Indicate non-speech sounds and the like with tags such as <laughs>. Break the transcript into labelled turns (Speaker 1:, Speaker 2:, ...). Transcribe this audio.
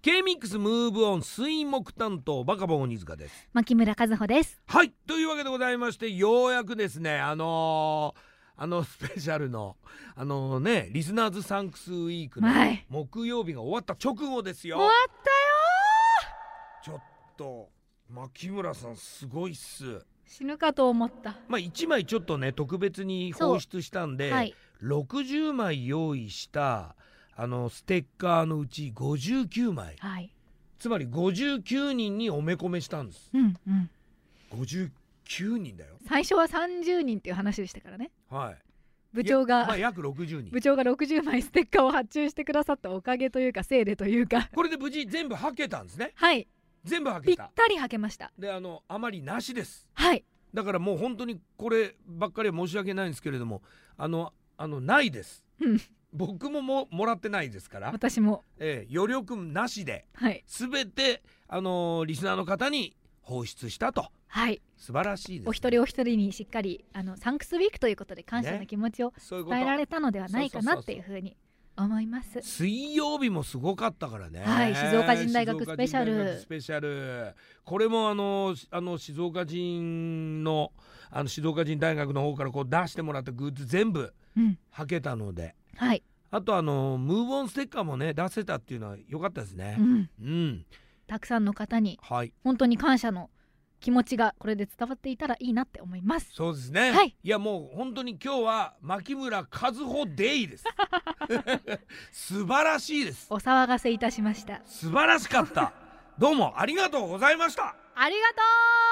Speaker 1: K-MIX ムーブオン水木担当バカボン鬼塚です
Speaker 2: 牧村和穂です
Speaker 1: はいというわけでございましてようやくですねあのーあの <laughs> スペシャルのあのねリスナーズサンクスウィークの
Speaker 2: はい
Speaker 1: 木曜日が終わった直後ですよ、
Speaker 2: 終わった
Speaker 1: ちょ
Speaker 2: よ
Speaker 1: っと牧村さんすごいっす
Speaker 2: ー死ぬかと思った
Speaker 1: まあ1枚ちょっとね特別に放出したんで、
Speaker 2: はい
Speaker 1: 60枚用意したあのステッカーのうち59枚
Speaker 2: はい
Speaker 1: つまり59人におめこめしたんです
Speaker 2: うんうん
Speaker 1: 59人だよ
Speaker 2: 最初は30人っていう話でしたからね
Speaker 1: はい
Speaker 2: 部長が、
Speaker 1: いやまあ約60人
Speaker 2: 部長が60枚ステッカーを発注してくださったおかげというかせいでというか
Speaker 1: これで無事全部はけたんですね
Speaker 2: はい
Speaker 1: 全部は
Speaker 2: ぴ
Speaker 1: け
Speaker 2: ったたりはけました
Speaker 1: であのあまりなしです
Speaker 2: はい
Speaker 1: だからもう本当にこればっかりは申し訳ないんですけれどもあのあのないです、
Speaker 2: うん
Speaker 1: 僕もももらってないですから、
Speaker 2: 私も
Speaker 1: ええ、余力なしで
Speaker 2: はい
Speaker 1: 全てあのリスナーの方に放出したと
Speaker 2: はい
Speaker 1: 素晴らしいです、
Speaker 2: お一人お一人にしっかりあのサンクスウィークということで感謝の
Speaker 1: ね
Speaker 2: 気持ちを
Speaker 1: そういうこと
Speaker 2: 伝えられたのではないかなっていうふうに思います。
Speaker 1: 水曜日もすごかったからね。
Speaker 2: はい静岡人大学スペシャル
Speaker 1: 静岡人大学スペシャル。これもあのしあの静岡人のあの静岡人大学の方からこう出してもらったグッズ全部
Speaker 2: うん、
Speaker 1: はけたので、
Speaker 2: はい、
Speaker 1: あとあのムーブオンステッカーもね出せたっていうのは良かったですね
Speaker 2: う。ん、
Speaker 1: うん、
Speaker 2: たくさんの方に
Speaker 1: はい、
Speaker 2: 本当に感謝の気持ちがこれで伝わっていたらいいなって思います。
Speaker 1: そうですね。
Speaker 2: はい、
Speaker 1: やもう本当に今日は牧村和穂デイです。 <laughs> 素晴らしいです。
Speaker 2: お騒がせいたしました。
Speaker 1: 素晴らしかった。どうもありがとうございました。
Speaker 2: ありがとう。